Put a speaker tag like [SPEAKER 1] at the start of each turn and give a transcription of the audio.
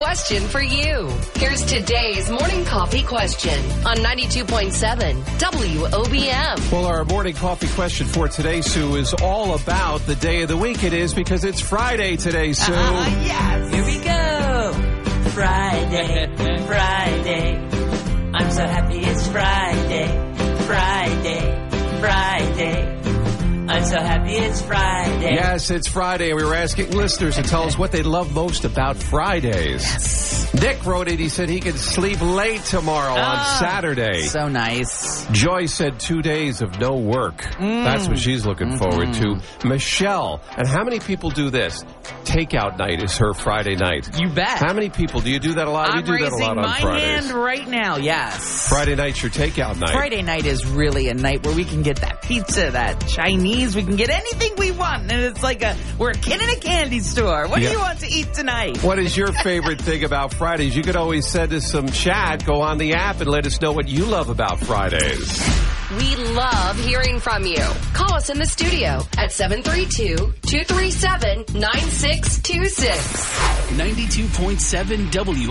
[SPEAKER 1] question for you. Here's today's morning coffee question on 92.7 WOBM.
[SPEAKER 2] Well, our morning coffee question for today, Sue, is all about the day of the week it is because it's Friday today, Sue.
[SPEAKER 3] Uh-huh, yes.
[SPEAKER 4] Here we go. Friday, Friday. I'm so happy it's Friday, Friday, Friday. I'm so happy it's Friday.
[SPEAKER 2] Yes, it's Friday. We were asking listeners to tell us what they love most about Fridays. Nick wrote it. He said he could sleep late tomorrow on Saturday.
[SPEAKER 3] Ah. So nice.
[SPEAKER 2] Joy said two days of no work.
[SPEAKER 3] Mm.
[SPEAKER 2] That's what she's looking
[SPEAKER 3] Mm-hmm.
[SPEAKER 2] forward to. Michelle, and how many people do this? Takeout night is her Friday night.
[SPEAKER 3] You bet.
[SPEAKER 2] How many people do you do that a lot?
[SPEAKER 3] I'm
[SPEAKER 2] we do that
[SPEAKER 3] raising
[SPEAKER 2] a lot on
[SPEAKER 3] my
[SPEAKER 2] Fridays.
[SPEAKER 3] hand right now. Yes.
[SPEAKER 2] Friday night's your takeout night.
[SPEAKER 3] Friday night is really a night where we can get that pizza, that Chinese. We can get anything we want, and it's like a we're a kid in a candy store. What
[SPEAKER 2] Yeah.
[SPEAKER 3] do you want to eat tonight?
[SPEAKER 2] What is your favorite thing about Fridays? You could always send us some chat. Go on the app and let us know what you love about Fridays.
[SPEAKER 1] We love hearing from you. Call us in the studio at 732-237-9626.
[SPEAKER 5] 92.7 W.